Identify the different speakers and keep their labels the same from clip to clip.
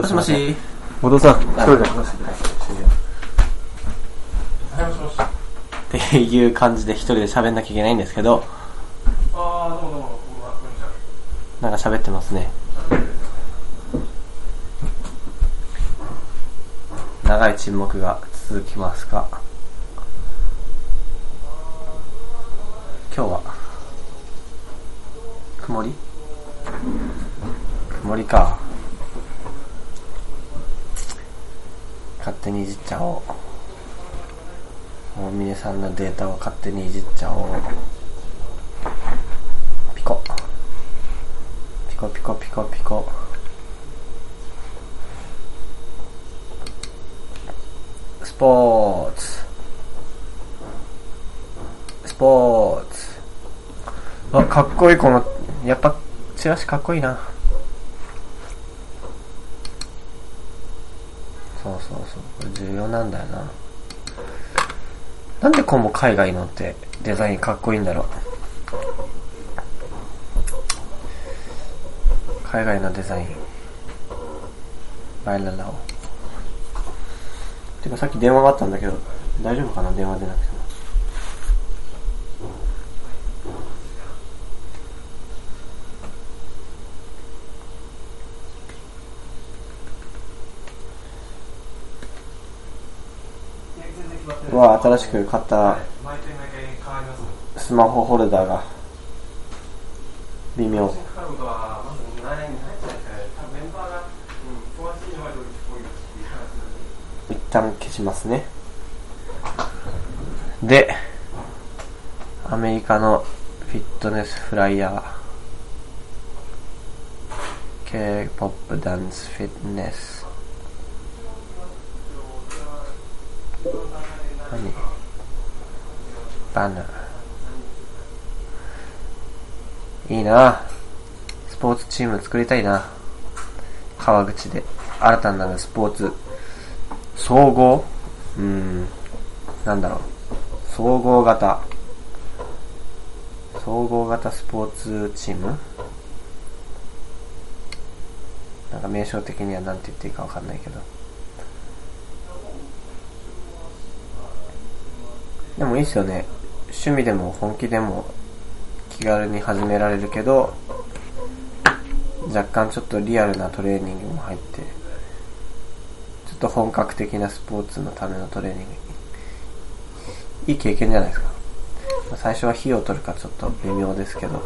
Speaker 1: も
Speaker 2: も
Speaker 1: しもし。
Speaker 2: 後藤さん、一人で話してくれ。
Speaker 3: はい、もしもし。あ
Speaker 1: っていう感じで一人で喋んなきゃいけないんですけど、
Speaker 3: あ、どうもどうも、こんばんはこんにちは。
Speaker 1: なんか喋ってますね。長い沈黙が続きますが、今日は、曇り曇りか。勝手にいじっちゃおう。大峰さんのデータを勝手にいじっちゃおう。ピコ。ピコピコピコピコ。スポーツ。スポーツ。あ、かっこいいこの、やっぱ、チラシかっこいいな。そうそうそう。これ重要なんだよな。なんでこうも海外のってデザインかっこいいんだろう。海外のデザイン。バイララを。てかさっき電話があったんだけど、大丈夫かな電話出なくても。
Speaker 3: いや全然決まって
Speaker 1: う
Speaker 3: ない
Speaker 1: わ新しく買った
Speaker 3: 毎回毎回変わりますね。
Speaker 1: スマホホルダーが、微妙
Speaker 3: 個。人かかることは、まずない、ないじゃないですかね。多分メンバーが、うん、友達に言われるこういうっていう話なんで。
Speaker 1: 一旦消しますね。で、アメリカのフィットネスフライヤー、K-POP ダンスフィットネス。何バナー。いいなスポーツチーム作りたいな川口で。新たなるスポーツ総合うーん。なんだろう。総合型。総合型スポーツチームなんか名称的には何て言っていいかわかんないけど。でもいいっすよね。趣味でも本気でも気軽に始められるけど、若干ちょっとリアルなトレーニングも入って、ちょっと本格的なスポーツのためのトレーニング。いい経験じゃないですか。まあ最初は火を取るかちょっと微妙ですけど。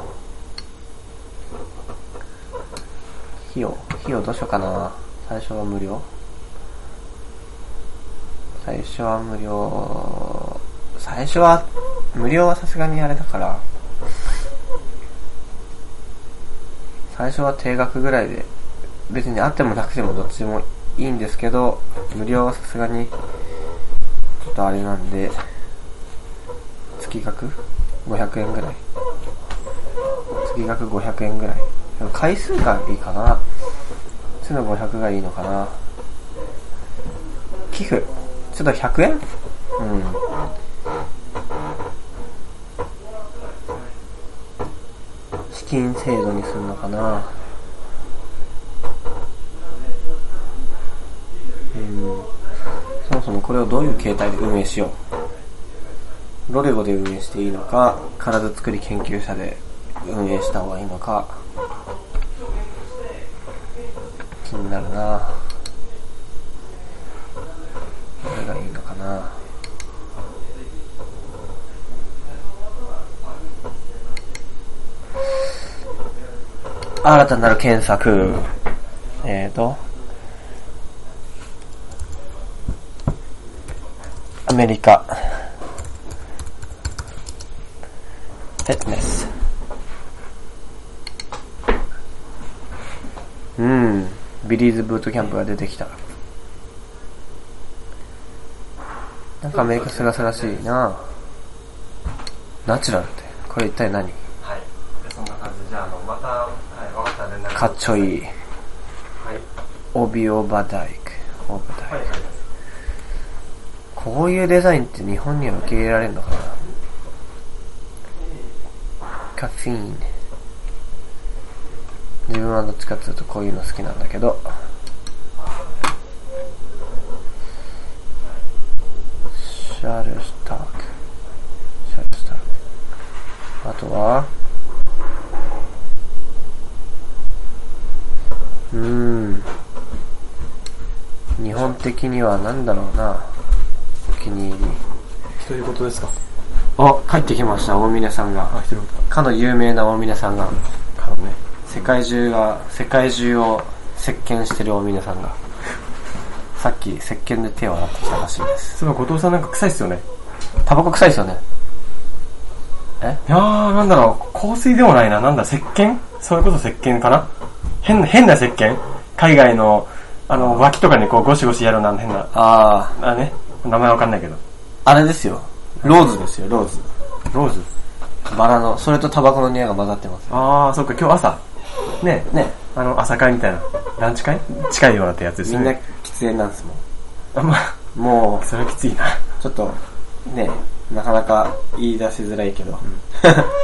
Speaker 1: 火を、火をどうしようかな。最初は無料最初は無料、最初は、無料はさすがにあれだから、最初は定額ぐらいで、別にあってもなくてもどっちでもいいんですけど、無料はさすがに、ちょっとあれなんで、月額 ?500 円ぐらい。月額500円ぐらい。でも回数がいいかな。つの500がいいのかな。寄付。ちょっと100円うん。資金制度にするのかなうんそもそもこれをどういう形態で運営しようロレゴで運営していいのか体作り研究者で運営した方がいいのか気になるなどれがいいのかな新たなる検索。えーと。アメリカ。フィットネス。うん。ビリーズブートキャンプが出てきた。なんかアメリカすがすがしいなナチュラルって。これ一体何
Speaker 3: はい。でそんな感じで、じゃあ、あの、また、はい、わかったら連絡。
Speaker 1: かっちょいい。
Speaker 3: はい。
Speaker 1: オビオバダイク。オーバダイク
Speaker 3: はい、はい。
Speaker 1: こういうデザインって日本には受け入れられるのかなカフェイン。自分はどっちかっていうとこういうの好きなんだけど、かうーん日本的には何だろうなお気に入り
Speaker 2: ということですか
Speaker 1: あ帰ってきました大峰さんが
Speaker 2: あ一人こと
Speaker 1: かの有名な大峰さんが
Speaker 2: からね
Speaker 1: 世界中が世界中を席巻してる大峰さ んがさっき石鹸で手を洗ってきたらしいです
Speaker 2: そういえば後藤さんなんか臭いっすよね
Speaker 1: タバコ臭いですよね
Speaker 2: いやーなんだろう香水でもないななんだ石鹸それこそ石鹸かな変な変な石鹸海外のあの脇とかにこうゴシゴシやるな変な
Speaker 1: あ
Speaker 2: あね名前わかんないけど
Speaker 1: ああれですよローズですよローズ
Speaker 2: ローズ
Speaker 1: バラのそれとタバコの匂いが混ざってます
Speaker 2: ああそっか今日朝ね
Speaker 1: ね
Speaker 2: あの朝会みたいなランチ会近いようなってやつです
Speaker 1: み
Speaker 2: ね
Speaker 1: んな喫煙なんですもん
Speaker 2: あまあ
Speaker 1: も
Speaker 2: それはきついな
Speaker 1: うちょっとねなかなか言い出しづらいけど、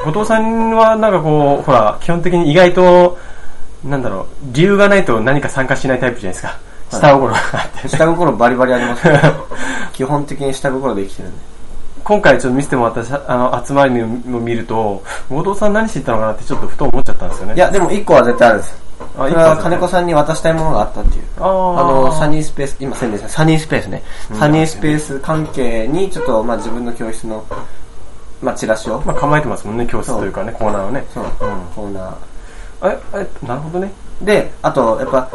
Speaker 2: 後藤さんはなんかこうほら基本的に意外となんだろう理由がないと何か参加しないタイプじゃないですか下心があって
Speaker 1: 下心バリバリあります ね基本的に下心で生きてるんで
Speaker 2: 今回ちょっと見せてもらったさあの集まりを見ると後藤さん何してたのかなってちょっとふと思っちゃったんですよね
Speaker 1: いやでも1個は絶対あるんです
Speaker 2: あ
Speaker 1: そ
Speaker 2: い
Speaker 1: れ
Speaker 2: いこと
Speaker 1: は
Speaker 2: ですね
Speaker 1: 金子さんに渡したいものがあったっていう
Speaker 2: あー
Speaker 1: あの、サニースペース、今宣伝した、サニースペースね。サニースペース関係に、ちょっと、まあ自分の教室の、まあチラシを、
Speaker 2: まあ構えてますもんね教室というかねコーナーをね
Speaker 1: そう、コーナ
Speaker 2: あれあれなるほどね
Speaker 1: ー。で、あと、やっぱ、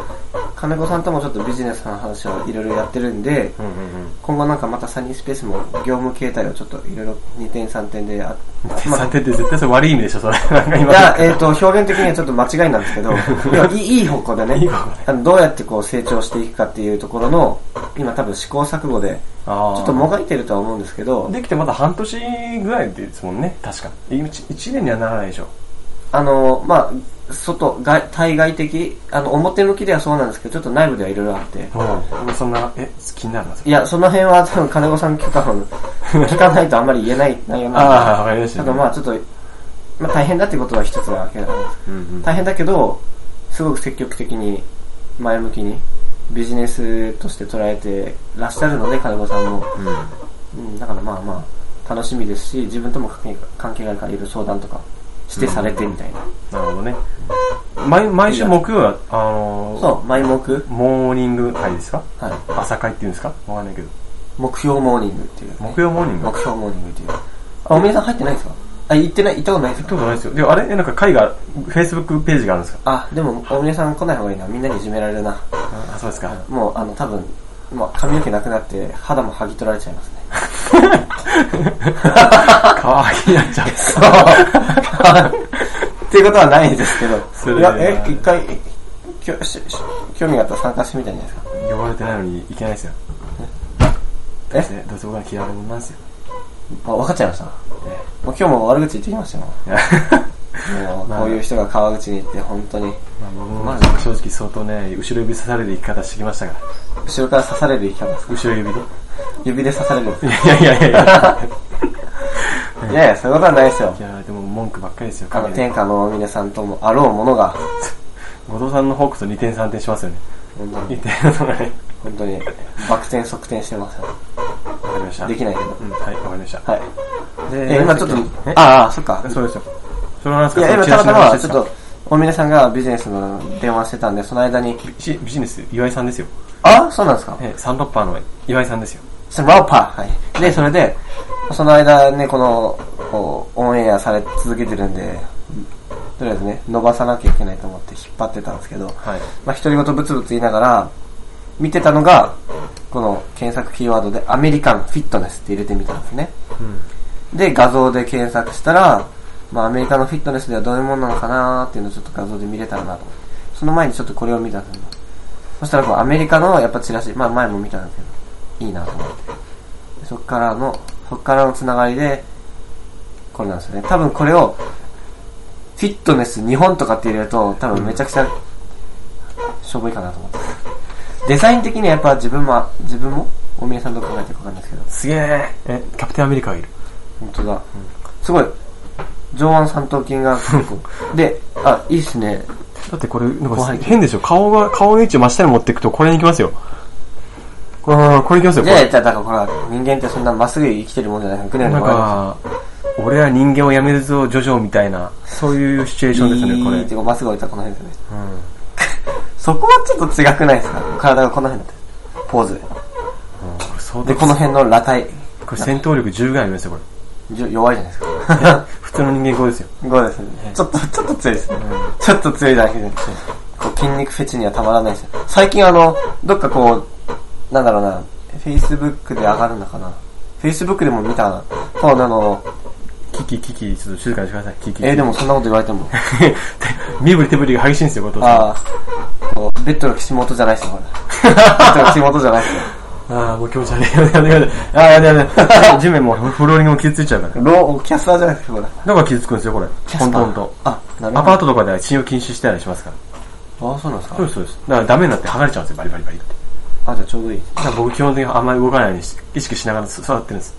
Speaker 1: 金子さんともちょっとビジネスの話をいろいろやってるんで、
Speaker 2: うんうんうん
Speaker 1: 今後なんかまたサニースペースも業務形態をちょっといろいろ2点3点であ、まあ
Speaker 2: さてって絶対それ悪い意味でしょ それなんか
Speaker 1: い
Speaker 2: 今
Speaker 1: や、えっ、と、表現的にはちょっと間違いなんです けど、いやいいいい方向でね
Speaker 2: いい方向で
Speaker 1: あのどうやってこう成長していくかっていうところの、今多分試行錯誤で、
Speaker 2: ち
Speaker 1: ちょっともがいてるとは思うんですけど、
Speaker 2: できてまだ半年ぐらいですもんね確か1年にはならないでしょ
Speaker 1: あの、まあ、外、外対外的、あの、表向きではそうなんですけど、ちょっと内部ではいろいろあって。
Speaker 2: うんそんなえ気になるない
Speaker 1: や、その辺は多分金子さんの許可を聞かないとあんまり言えない内容
Speaker 2: ああ
Speaker 1: なん
Speaker 2: わかりま
Speaker 1: で。
Speaker 2: した
Speaker 1: だからまあちょっと、まあ大変だってことは一つなわけなんです。
Speaker 2: うんうん
Speaker 1: 大変だけど、すごく積極的に、前向きに、ビジネスとして捉えてらっしゃるので、金子さんも。うん、だからまあまあ、楽しみですし、自分とも関係関係があるからいろいろ相談とかしてされてみたいな。
Speaker 2: なるほどね毎毎週木曜はあのー
Speaker 1: そう、前目
Speaker 2: モーニング会ですか
Speaker 1: はい。
Speaker 2: 朝会っていうんですかわかんないけど
Speaker 1: 目標モーニングっていう。
Speaker 2: 木曜モーニング行
Speaker 1: 目標モーニングっていう。あ、おみさん入ってないですかあ、行ってない、行ったことないです
Speaker 2: った
Speaker 1: か
Speaker 2: ことないですよであれえなんか会がフェイスブックページがあるんですか
Speaker 1: あ、でも、おみさん来ない方がいいな。みんなにいじめられるな。
Speaker 2: あそうですか
Speaker 1: もう、あの、多分、もう髪の毛なくなって、肌も剥ぎ取られちゃいますね。
Speaker 2: かわいいなっ ちゃう
Speaker 1: そう。っていうことはないですけ
Speaker 2: そ
Speaker 1: ど。い
Speaker 2: れ
Speaker 1: や
Speaker 2: は、
Speaker 1: え、一回、きょしし興味があったら参加してみたんじゃないですか。
Speaker 2: 呼ばれてないのにいけないですよ
Speaker 1: え
Speaker 2: ねどうせ僕は嫌われ者なんですよ
Speaker 1: あ、分かっちゃいました。も
Speaker 2: え
Speaker 1: う今日も悪口言ってきましたよ。
Speaker 2: いや
Speaker 1: もう、こういう人が川口に行って、本当に。
Speaker 2: まあ僕も まあ正直相当ね後ろ指刺される生き方してきましたから
Speaker 1: 後ろから刺される生き方ですか
Speaker 2: 後ろ指で
Speaker 1: 指で刺される
Speaker 2: いやいやいやい や
Speaker 1: いやいやそういうことはないですよ
Speaker 2: いやでも文句ばっかりですよ
Speaker 1: あの
Speaker 2: 陰で
Speaker 1: 天下の皆さんともあろうものが
Speaker 2: 後藤さんのフォークと2点3点しますよね
Speaker 1: 本当
Speaker 2: 2
Speaker 1: に
Speaker 2: 点3点はい
Speaker 1: 本当にバク転側転してますよ
Speaker 2: わかりました
Speaker 1: できないけど
Speaker 2: うんはいわかりました
Speaker 1: はい
Speaker 2: で
Speaker 1: え今ちょっと
Speaker 2: え
Speaker 1: ああそっか
Speaker 2: そうですよそれは何です
Speaker 1: い
Speaker 2: か
Speaker 1: や今
Speaker 2: そ
Speaker 1: たま
Speaker 2: のチラ
Speaker 1: た
Speaker 2: シの話
Speaker 1: ま
Speaker 2: で
Speaker 1: ち
Speaker 2: す
Speaker 1: ょっ
Speaker 2: か
Speaker 1: と大峰さんがビジネスの電話してたんでその間に
Speaker 2: ビジビジネス岩井さんですよ
Speaker 1: あそうなんですか
Speaker 2: えサンドッパーの岩井さんですよ
Speaker 1: それラオパーはいでそれでその間ねこのこうオンエアされ続けてるんでとりあえずね伸ばさなきゃいけないと思って引っ張ってたんですけど
Speaker 2: はい
Speaker 1: まあ、独り言ブツブツ言いながら、見てたのが、この検索キーワードでアメリカンフィットネスって入れてみたんですね。
Speaker 2: うん
Speaker 1: で、画像で検索したら、まあ、アメリカのフィットネスではどういうものなのかなーっていうのをちょっと画像で見れたらなと思って。その前にちょっとこれを見たんですよ。そしたらこうアメリカのやっぱチラシ、まあ前も見たんですけど、いいなと思って。そっからの、そっからのつながりで、これなんですよね。多分これを、フィットネス日本とかって入れると、多分めちゃくちゃ、しょぼいかなと思って。デザイン的にはやっぱ自分も、自分も、大宮さんと考えてるかわかんないですけど、
Speaker 2: すげええキャプテンアメリカがいる
Speaker 1: 本当だ、すごい上腕三頭筋が 結構であいいっすね
Speaker 2: だってこれなんか
Speaker 1: 怖い
Speaker 2: 変でしょ顔が顔の位置を真下に持っていくとこれに行きますよこれこれ行きますよ
Speaker 1: じ
Speaker 2: こ
Speaker 1: ゃあ
Speaker 2: れ
Speaker 1: じゃあだからほら人間ってそんなまっすぐ生きてるもんじゃないぐねぐ
Speaker 2: な
Speaker 1: ね
Speaker 2: んか、俺は人間をやめるぞ、ジョジョみたいな、そういうシチュエーションですね、これ。
Speaker 1: いいってこうバスが置いたらこの辺ですね。
Speaker 2: うん
Speaker 1: そこはちょっと違くないですか体がこの辺だった。ポーズで。
Speaker 2: これ相当
Speaker 1: で、この辺の裸体。
Speaker 2: これ戦闘力10ぐらいありますよ、これ。
Speaker 1: じゅ弱いじゃないですか。
Speaker 2: 普通の人間こうですよ。
Speaker 1: 5ですね。ちょっと、ちょっと強いですね。ちょっと強いだけで。こう筋肉フェチにはたまらないですね。最近あの、どっかこう、なんだろうな、Facebook で上がるのかな。Facebook でも見たな。そうなの、
Speaker 2: キキキキ、ちょっと静かにしてください、キキ。
Speaker 1: えー、でもそんなこと言われても。
Speaker 2: 身振り手振りが激しいんですよ、後藤さん。
Speaker 1: ああ、こうベッドの岸本じゃないですよ、ほら。ベッドの岸本じゃないですよ。
Speaker 2: ああ、もう気持ち悪い。やだやだやだ。ああ、やだやだ。 地面もフローリングも傷ついちゃうから。
Speaker 1: ロー、キャスターじゃないですよ、ほら。
Speaker 2: だから傷つくんですよ、これ。トントンと。
Speaker 1: あ、なる
Speaker 2: ア
Speaker 1: ほど。
Speaker 2: パ
Speaker 1: あ
Speaker 2: ートとかでは信用禁止してたりしますから。
Speaker 1: あ、そうなんです
Speaker 2: そう
Speaker 1: か。
Speaker 2: です、そうです。だからダメになって剥がれちゃうんですよ、バリバリバリって。
Speaker 1: あ、じゃあちょうどい い。
Speaker 2: だから僕基本的にあんまり動かないようにし意識しながらそ育ってるんです。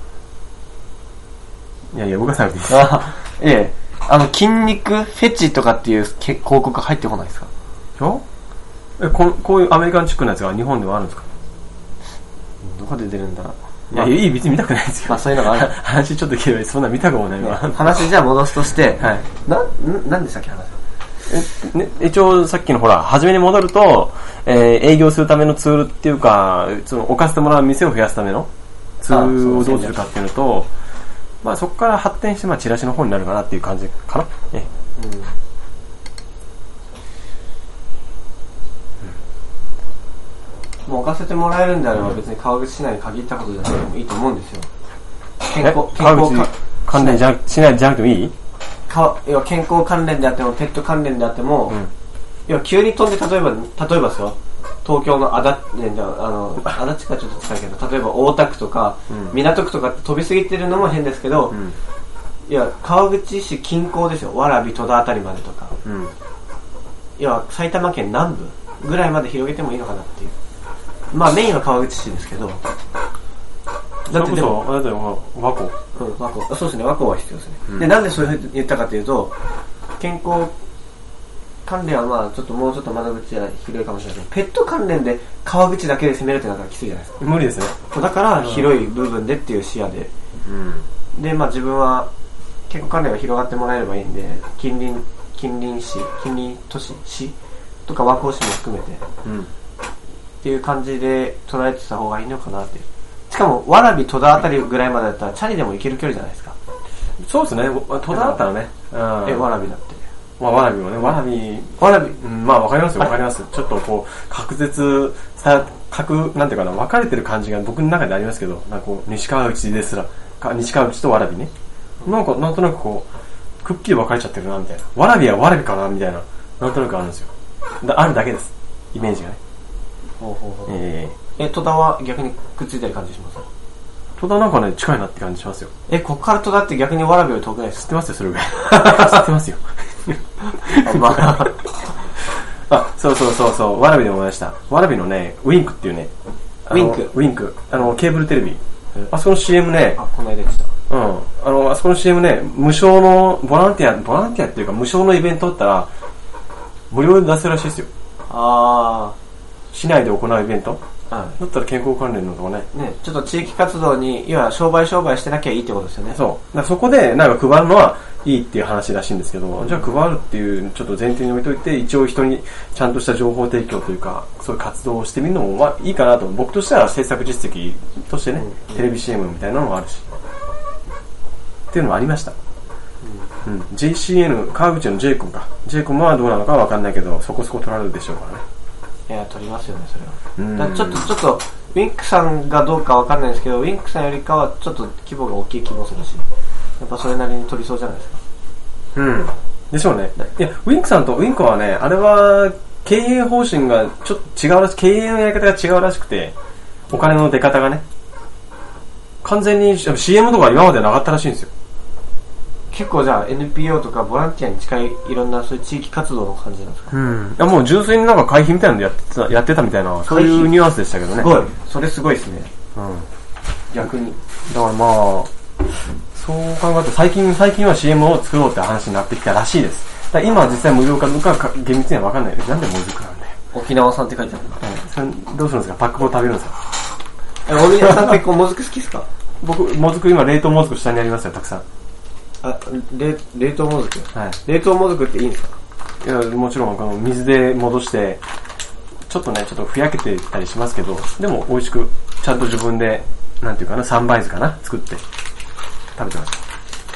Speaker 2: いやいや、動かさなくていいです。
Speaker 1: あ、ええ。あの、筋肉フェチとかっていうけ広告入ってこないですか
Speaker 2: よえこんこういうアメリカンチックなやつが日本ではあるんですか
Speaker 1: どこで出るんだろう。
Speaker 2: いや、いい、別に見たくないです
Speaker 1: まあ
Speaker 2: よ。
Speaker 1: そういうのがあるんで
Speaker 2: 話ちょっと聞けばいい。そんな見たくもないわ。
Speaker 1: すね。話じゃあ戻すとして、
Speaker 2: はい。
Speaker 1: な、んなんでしたっけ話
Speaker 2: ね、一応さっきのほら、初めに戻ると、えー営業するためのツールっていうか、その置かせてもらう店を増やすためのツールをどうするかっていうのと、まあそこから発展して、まあチラシの方になるかなっていう感じかな。え
Speaker 1: もう置かせてもらえるんであれば別に川口市内に限ったことじゃなくてもいいと思うんですよ。健
Speaker 2: え
Speaker 1: 康、健
Speaker 2: 川
Speaker 1: 康
Speaker 2: 口
Speaker 1: か、
Speaker 2: 関連じゃなくしないじゃなくてもいい
Speaker 1: か要は健康関連であっても、ペット関連であっても、
Speaker 2: ん
Speaker 1: 要は急に飛んで、例えば、例えばですよ、東京の足立、ねじゃああの、足立かちょっと近いけど、例えば大田区とか、港区とかって飛びすぎてるのも変ですけど、
Speaker 2: ん
Speaker 1: いや、川口市近郊ですよ、蕨、戸田あたりまでとか、
Speaker 2: うん。
Speaker 1: 要は埼玉県南部ぐらいまで広げてもいいのかなっていう。まあメインは川口市ですけど、
Speaker 2: そ
Speaker 1: だっ
Speaker 2: れ
Speaker 1: て
Speaker 2: こ
Speaker 1: でも
Speaker 2: そ、だってほら、和光。
Speaker 1: うん、和光そうですね和光は必要ですね、でなんでそういうふうに言ったかというと健康関連はまあちょっともうちょっと窓口は広いかもしれないけどペット関連で川口だけで攻めるってなったらきついじゃないです
Speaker 2: 無理ですね。
Speaker 1: かだから広い部分でっていう視野で
Speaker 2: うん。
Speaker 1: でまあ自分は健康関連が広がってもらえればいいんで近隣近隣市近隣都市市とか和光市も含めて
Speaker 2: うん。
Speaker 1: っていう感じで捉えてた方がいいのかなってしかも蕨戸田あたりぐらいまでだったらチャリでも行ける距離じゃないですか、
Speaker 2: そうですね。戸田だったらね。う
Speaker 1: え
Speaker 2: ん。
Speaker 1: 蕨だって
Speaker 2: まあ、わらびもね、わらび
Speaker 1: 蕨
Speaker 2: うん、まあわかりますよ、わかります。ちょっとこう、隔絶さ、隔、なんていうかな、分かれてる感じが僕の中でありますけど、なんかこう、西川口ですら、か西川口とわらびね。なんか、なんとなくこう、くっきり分かれちゃってるな、みたいな。わらびはわらびかな、みたいな、なんとなくあるんですよ。だあるだけです。イメージがね。
Speaker 1: ほうほうほう
Speaker 2: え
Speaker 1: え、戸田は逆にくっついてる感じします
Speaker 2: え戸田なんかね、近いなって感じしますよ。
Speaker 1: え、こっから戸田って逆にわらびより遠くないです
Speaker 2: 知ってますよ、それぐらい。 知ってますよ。
Speaker 1: かまあ、
Speaker 2: あ、そうそうそうそう、わらびで思いました。わらびのね、ウィンクっていうね、あの
Speaker 1: ウィンク
Speaker 2: ウィンク。あの、ケーブルテレビ。あそこの CM ね、
Speaker 1: あ、この間でした。
Speaker 2: うん。あの、あそこの CM ね、無償の、ボランティア、ボランティアっていうか、無償のイベントだったら、無料で出せるらしいですよ。
Speaker 1: あ
Speaker 2: 市内で行うイベント
Speaker 1: ー、は
Speaker 2: だったら健康関連のとこね。
Speaker 1: い。ね、ちょっと地域活動に、いわゆる商売商売してなきゃいいってことですよね。
Speaker 2: そう。だからそこで、なんか配るのはいいっていう話らしいんですけど、じゃあ配るっていう、ちょっと前提に置いといて、一応人にちゃんとした情報提供というか、そういう活動をしてみるのも、まあいいかなと。僕としては制作実績としてね、テレビ CM みたいなのもあるし。っていうのもありました。うん、JCN、川口の J 君か。J 君はどうなのかわかんないけど、そこそこ取られるでしょうからね。
Speaker 1: いや、取りますよね、それは。
Speaker 2: うん
Speaker 1: だからちょっと、ちょっと、ウィンクさんがどうかわかんないですけど、ウィンクさんよりかはちょっと規模が大きい気もするし、やっぱそれなりに取りそうじゃないですか。
Speaker 2: うん。でしょうね。いや、ウィンクさんと、ウィンクはね、あれは、経営方針がちょっと違うらし、経営のやり方が違うらしくて、お金の出方がね。完全に、CM とか今までなかったらしいんですよ。
Speaker 1: 結構じゃあ NPO とかボランティアに近いいろんなそういう地域活動の感じなんですか
Speaker 2: うん。いや、もう純粋になんか会費みたいなのでやってた、やってたみたいな、そういうニュアンスでしたけどね。
Speaker 1: すごい。それすごいですね。
Speaker 2: うん。
Speaker 1: 逆に。
Speaker 2: だからまあ、そう考えると最近、最近は CM を作ろうって話になってきたらしいです。だから今は実際無料かどうかはか厳密には分かんないです。なんで無料なんだよ。
Speaker 1: 沖縄さんって書いてあるな。
Speaker 2: それどうするんですかパックを食べるんですか
Speaker 1: え、大宮さん結構もずく好きですか
Speaker 2: 僕、もずく今冷凍もずく下にありますよ、たくさん。
Speaker 1: あ、冷冷凍もずく
Speaker 2: はい。
Speaker 1: 冷凍もずくっていいんですか
Speaker 2: いやもちろん、あの、水で戻して、ちょっとね、ちょっとふやけてたりしますけど、でも美味しく、ちゃんと自分で、なんていうかな、三杯酢かな、作って、食べてまし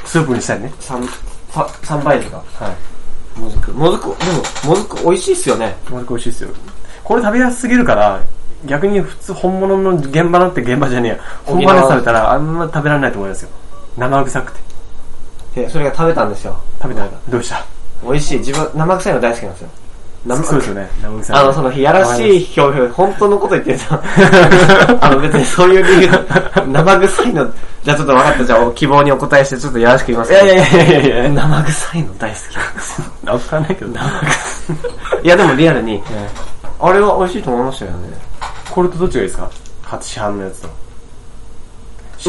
Speaker 2: た。スープにしたりね。
Speaker 1: 三、さ三倍ですか
Speaker 2: はい。
Speaker 1: もずく。もずく、でも、もずく美味しいっすよね。
Speaker 2: もずく美味しいですよ。これ食べやすすぎるから、逆に普通本物の現場なんて現場じゃねえや。
Speaker 1: 沖
Speaker 2: 本
Speaker 1: 縄
Speaker 2: 場で食べたらあんま食べられないと思いますよ。生臭くて。
Speaker 1: で、それが食べたんですよ。
Speaker 2: 食べたらどうでした
Speaker 1: 美味しい。自分、生臭いの大好きなんですよ。生
Speaker 2: そうですよね。生臭い。
Speaker 1: あの、その、やらしい表現、本当のこと言ってると。 あの、別にそういう理由、生臭いの、じゃあちょっと分かった。じゃあ、希望にお答えして、ちょっとやらしく言います
Speaker 2: い
Speaker 1: けど
Speaker 2: やいやいやいやいや、
Speaker 1: 生臭いの大好きなんですよ。
Speaker 2: わかんないけど、
Speaker 1: いや、でもリアルに、あれは美味しいと思いましたよね。
Speaker 2: これとどっちがいいですか初市販のやつと。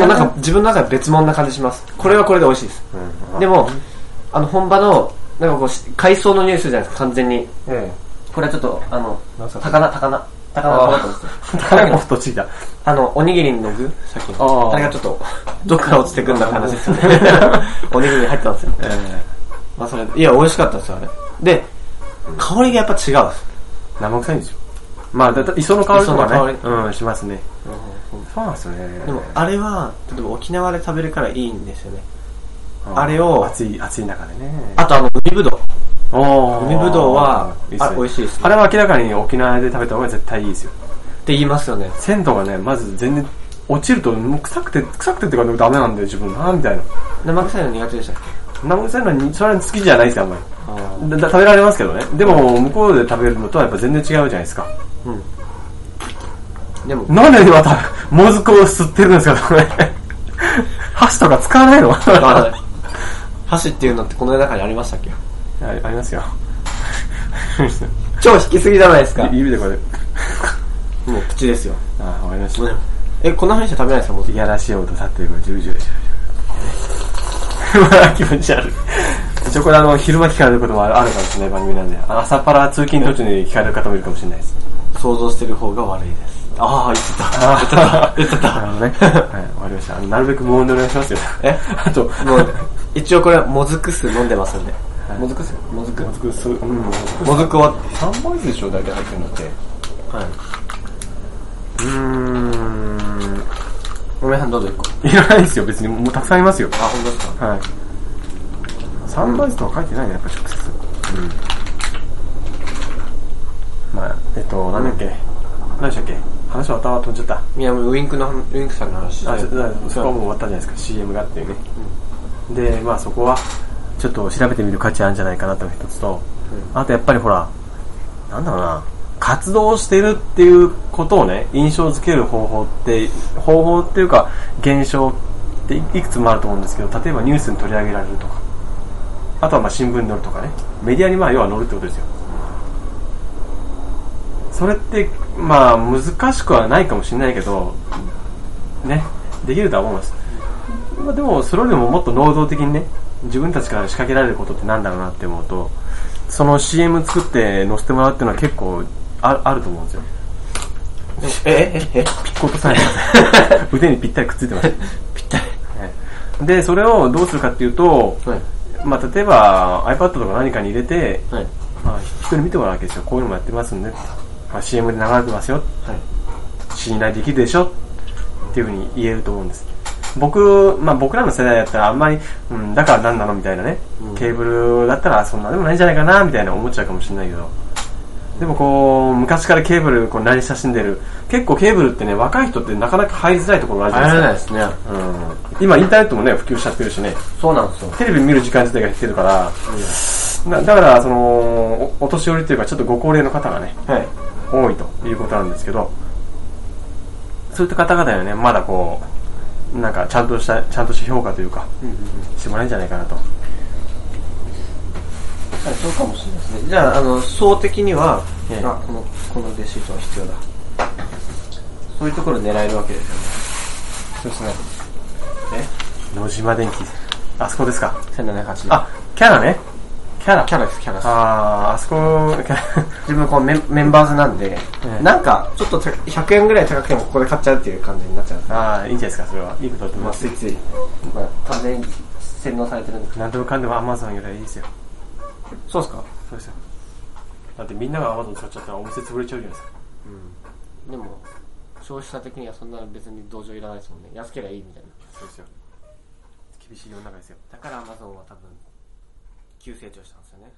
Speaker 1: まあなんか、自分の中で別物な感じします。これはこれで美味しいです。
Speaker 2: うん、
Speaker 1: でも、あの、本場の、なんかこうし、海藻の匂いするじゃないですか、完全に。
Speaker 2: え
Speaker 1: これはちょっと、あの、
Speaker 2: え。なんすか
Speaker 1: 高菜、高菜。高菜
Speaker 2: あー
Speaker 1: と思ったんですよ
Speaker 2: 高菜も太っちいた。
Speaker 1: あの、おにぎりの具さっき
Speaker 2: あ
Speaker 1: の。
Speaker 2: ー
Speaker 1: あれがちょっと、どっから落ちてくんだって話ですよ ね。おにぎりに入ってたんですよ。
Speaker 2: ええ。
Speaker 1: まあそれ、いや、美味しかったですよ、あれ。で、香りがやっぱ違うんです。
Speaker 2: 生臭いんですよ。まあ、だだ磯の香りと
Speaker 1: 磯の
Speaker 2: かね。
Speaker 1: 香
Speaker 2: うん、しますね。そうなんですよね。
Speaker 1: でも、あれは、例えば沖縄で食べるからいいんですよね。
Speaker 2: うん
Speaker 1: あれを
Speaker 2: 暑い、暑い中でね。
Speaker 1: あと、あの、海ぶどう。
Speaker 2: おー
Speaker 1: 海ぶどうは
Speaker 2: っすね
Speaker 1: あ美味しいですね
Speaker 2: あれは明らかに沖縄で食べた方が絶対いいですよ。
Speaker 1: って言いますよね。
Speaker 2: 鮮度がね、まず全然、落ちるともう臭くて、臭くてっていうかダメなんだよ、自分。なみたいな。
Speaker 1: 生臭いの苦手でしたっけ
Speaker 2: 生臭いのに、それは好きじゃないですよ、あんまり。
Speaker 1: あ
Speaker 2: だだ食べられますけどね。でも、向こうで食べるのとはやっぱ全然違うじゃないですか。
Speaker 1: でも、
Speaker 2: なんで今た、もずくを吸ってるんですか、これ。 箸とか使わないのあ
Speaker 1: 箸っていうのってこの中にありましたっけ
Speaker 2: ありますよ。
Speaker 1: 超引きすぎじゃないですか。
Speaker 2: 指でこれ。
Speaker 1: もう口ですよ。
Speaker 2: あーわかりました。
Speaker 1: え、こんな風にして食べないですかもう
Speaker 2: いやらしい音立ってるから、ジュルジュルジュルジュ ル。うわ気持ち悪い。一応これあの、昼間聞かれることもあるあるかもしれない番組なんで、あの朝っぱら通勤途中に聞かれる方もいるかもしれないです。
Speaker 1: 想像してる方が悪いです。ああ、言ってた。
Speaker 2: あ
Speaker 1: 言って
Speaker 2: あ、
Speaker 1: た。
Speaker 2: なるほどね。 はい、わかりました。あのなるべく無音でお願いしますよ。
Speaker 1: え
Speaker 2: あと、
Speaker 1: もう、一応これはもずく酢飲んでますんで。もずく酢もずく
Speaker 2: もずくす、うん、もずく
Speaker 1: もずくは、
Speaker 2: 三杯酢でしょ、大体入ってるのって。う
Speaker 1: はい。
Speaker 2: ーん。
Speaker 1: ごめんさんどうぞ一個。
Speaker 2: いらないですよ、別に。もうたくさんありますよ。
Speaker 1: あ、本当ですか
Speaker 2: はい。三倍酢とは書いてないね、やっぱ直接。うん。まあ、えっと、なんだっけ。何でしたっけ話は頭飛んじゃった。
Speaker 1: いや、もうウィンクの、ウィンクさんの話
Speaker 2: あ、ちょ
Speaker 1: で。
Speaker 2: そこはもう終わったじゃないですか、CM がっていうね。で、まあそこは、ちょっと調べてみる価値あるんじゃないかなという一つと、あとやっぱりほら、なんだろうな、活動してるっていうことをね、印象づける方法って、方法っていうか、現象っていいくつもあると思うんですけど、例えばニュースに取り上げられるとか、あとはまあ新聞に載るとかね、メディアにまあ要は載るってことですよ。それって、まあ難しくはないかもしれないけど、ね、できるとは思います。まあ、でも、それよりももっと能動的にね、自分たちから仕掛けられることってなんだろうなって思うと、その CM 作って載せてもらうっていうのは結構ああると思うんですよ。
Speaker 1: え、え、え、え、
Speaker 2: ピッコとさえ腕にぴったりくっついて ます。ぴったり。で、それをどうするかっていうと、
Speaker 1: はい。
Speaker 2: まあ、例えば iPad とか何かに入れて、
Speaker 1: はい。
Speaker 2: まあ、人に見てもらうわけですよ。こういうのもやってますんで、まあ、CM で流れてますよ。
Speaker 1: はい。
Speaker 2: 信頼できるでしょっていうふうに言えると思うんです僕,、まあ、僕らの世代だったらあんまり、うん、だから何なのみたいなね、
Speaker 1: うん
Speaker 2: ケーブルだったらそんなでもないんじゃないかなみたいな思っちゃうかもしれないけどでもこう昔からケーブルこう慣れ親しんでる結構ケーブルってね若い人ってなかなか入りづらいところがあるじゃ
Speaker 1: あ
Speaker 2: ない
Speaker 1: れ
Speaker 2: ですか
Speaker 1: ないですね。
Speaker 2: うん、今インターネットもね普及しちゃってるしね
Speaker 1: そうなんですよ。
Speaker 2: テレビ見る時間自体が減ってるから、なだからそのおお年寄りというかちょっとご高齢の方がね
Speaker 1: はい。
Speaker 2: 多いということなんですけど、そういった方々にはね、まだこう、なんかちゃんとした、ちゃんとした評価というか、してもらえるんじゃないかなと。
Speaker 1: はい、そうかもしれないですね。じゃあ、あの、層的には、
Speaker 2: ええ
Speaker 1: あ、この、このレシートは必要だ。そういうところを狙えるわけですよね。そう
Speaker 2: 野島電機。あそこですか。
Speaker 1: ですね。1780。
Speaker 2: あ、キャラね。キャラ。
Speaker 1: キャラです、キャラです。
Speaker 2: あー、あそこ、キャラ。
Speaker 1: 自分こうメンメンバーズなんで、
Speaker 2: ええ
Speaker 1: なんか、ちょっとた100円ぐらい高くてもここで買っちゃうっていう感じになっちゃうんです。
Speaker 2: あー、いいんじゃないですか、それは。いいことだと思い
Speaker 1: まあ、
Speaker 2: ます。
Speaker 1: ついつい、まあ、完全に洗脳されてるんです
Speaker 2: 何でもかんでも Amazon よりはいいですよ。
Speaker 1: そうですか
Speaker 2: そうですよ。だってみんなが Amazon 使っちゃったらお店潰れちゃうじゃないですか。
Speaker 1: でも消費者的にはそんな別に同情いらないですもんね安ければいいみたいな
Speaker 2: そうですよ。厳しい世の中ですよ。
Speaker 1: だからアマゾンは多分急成長したんですよね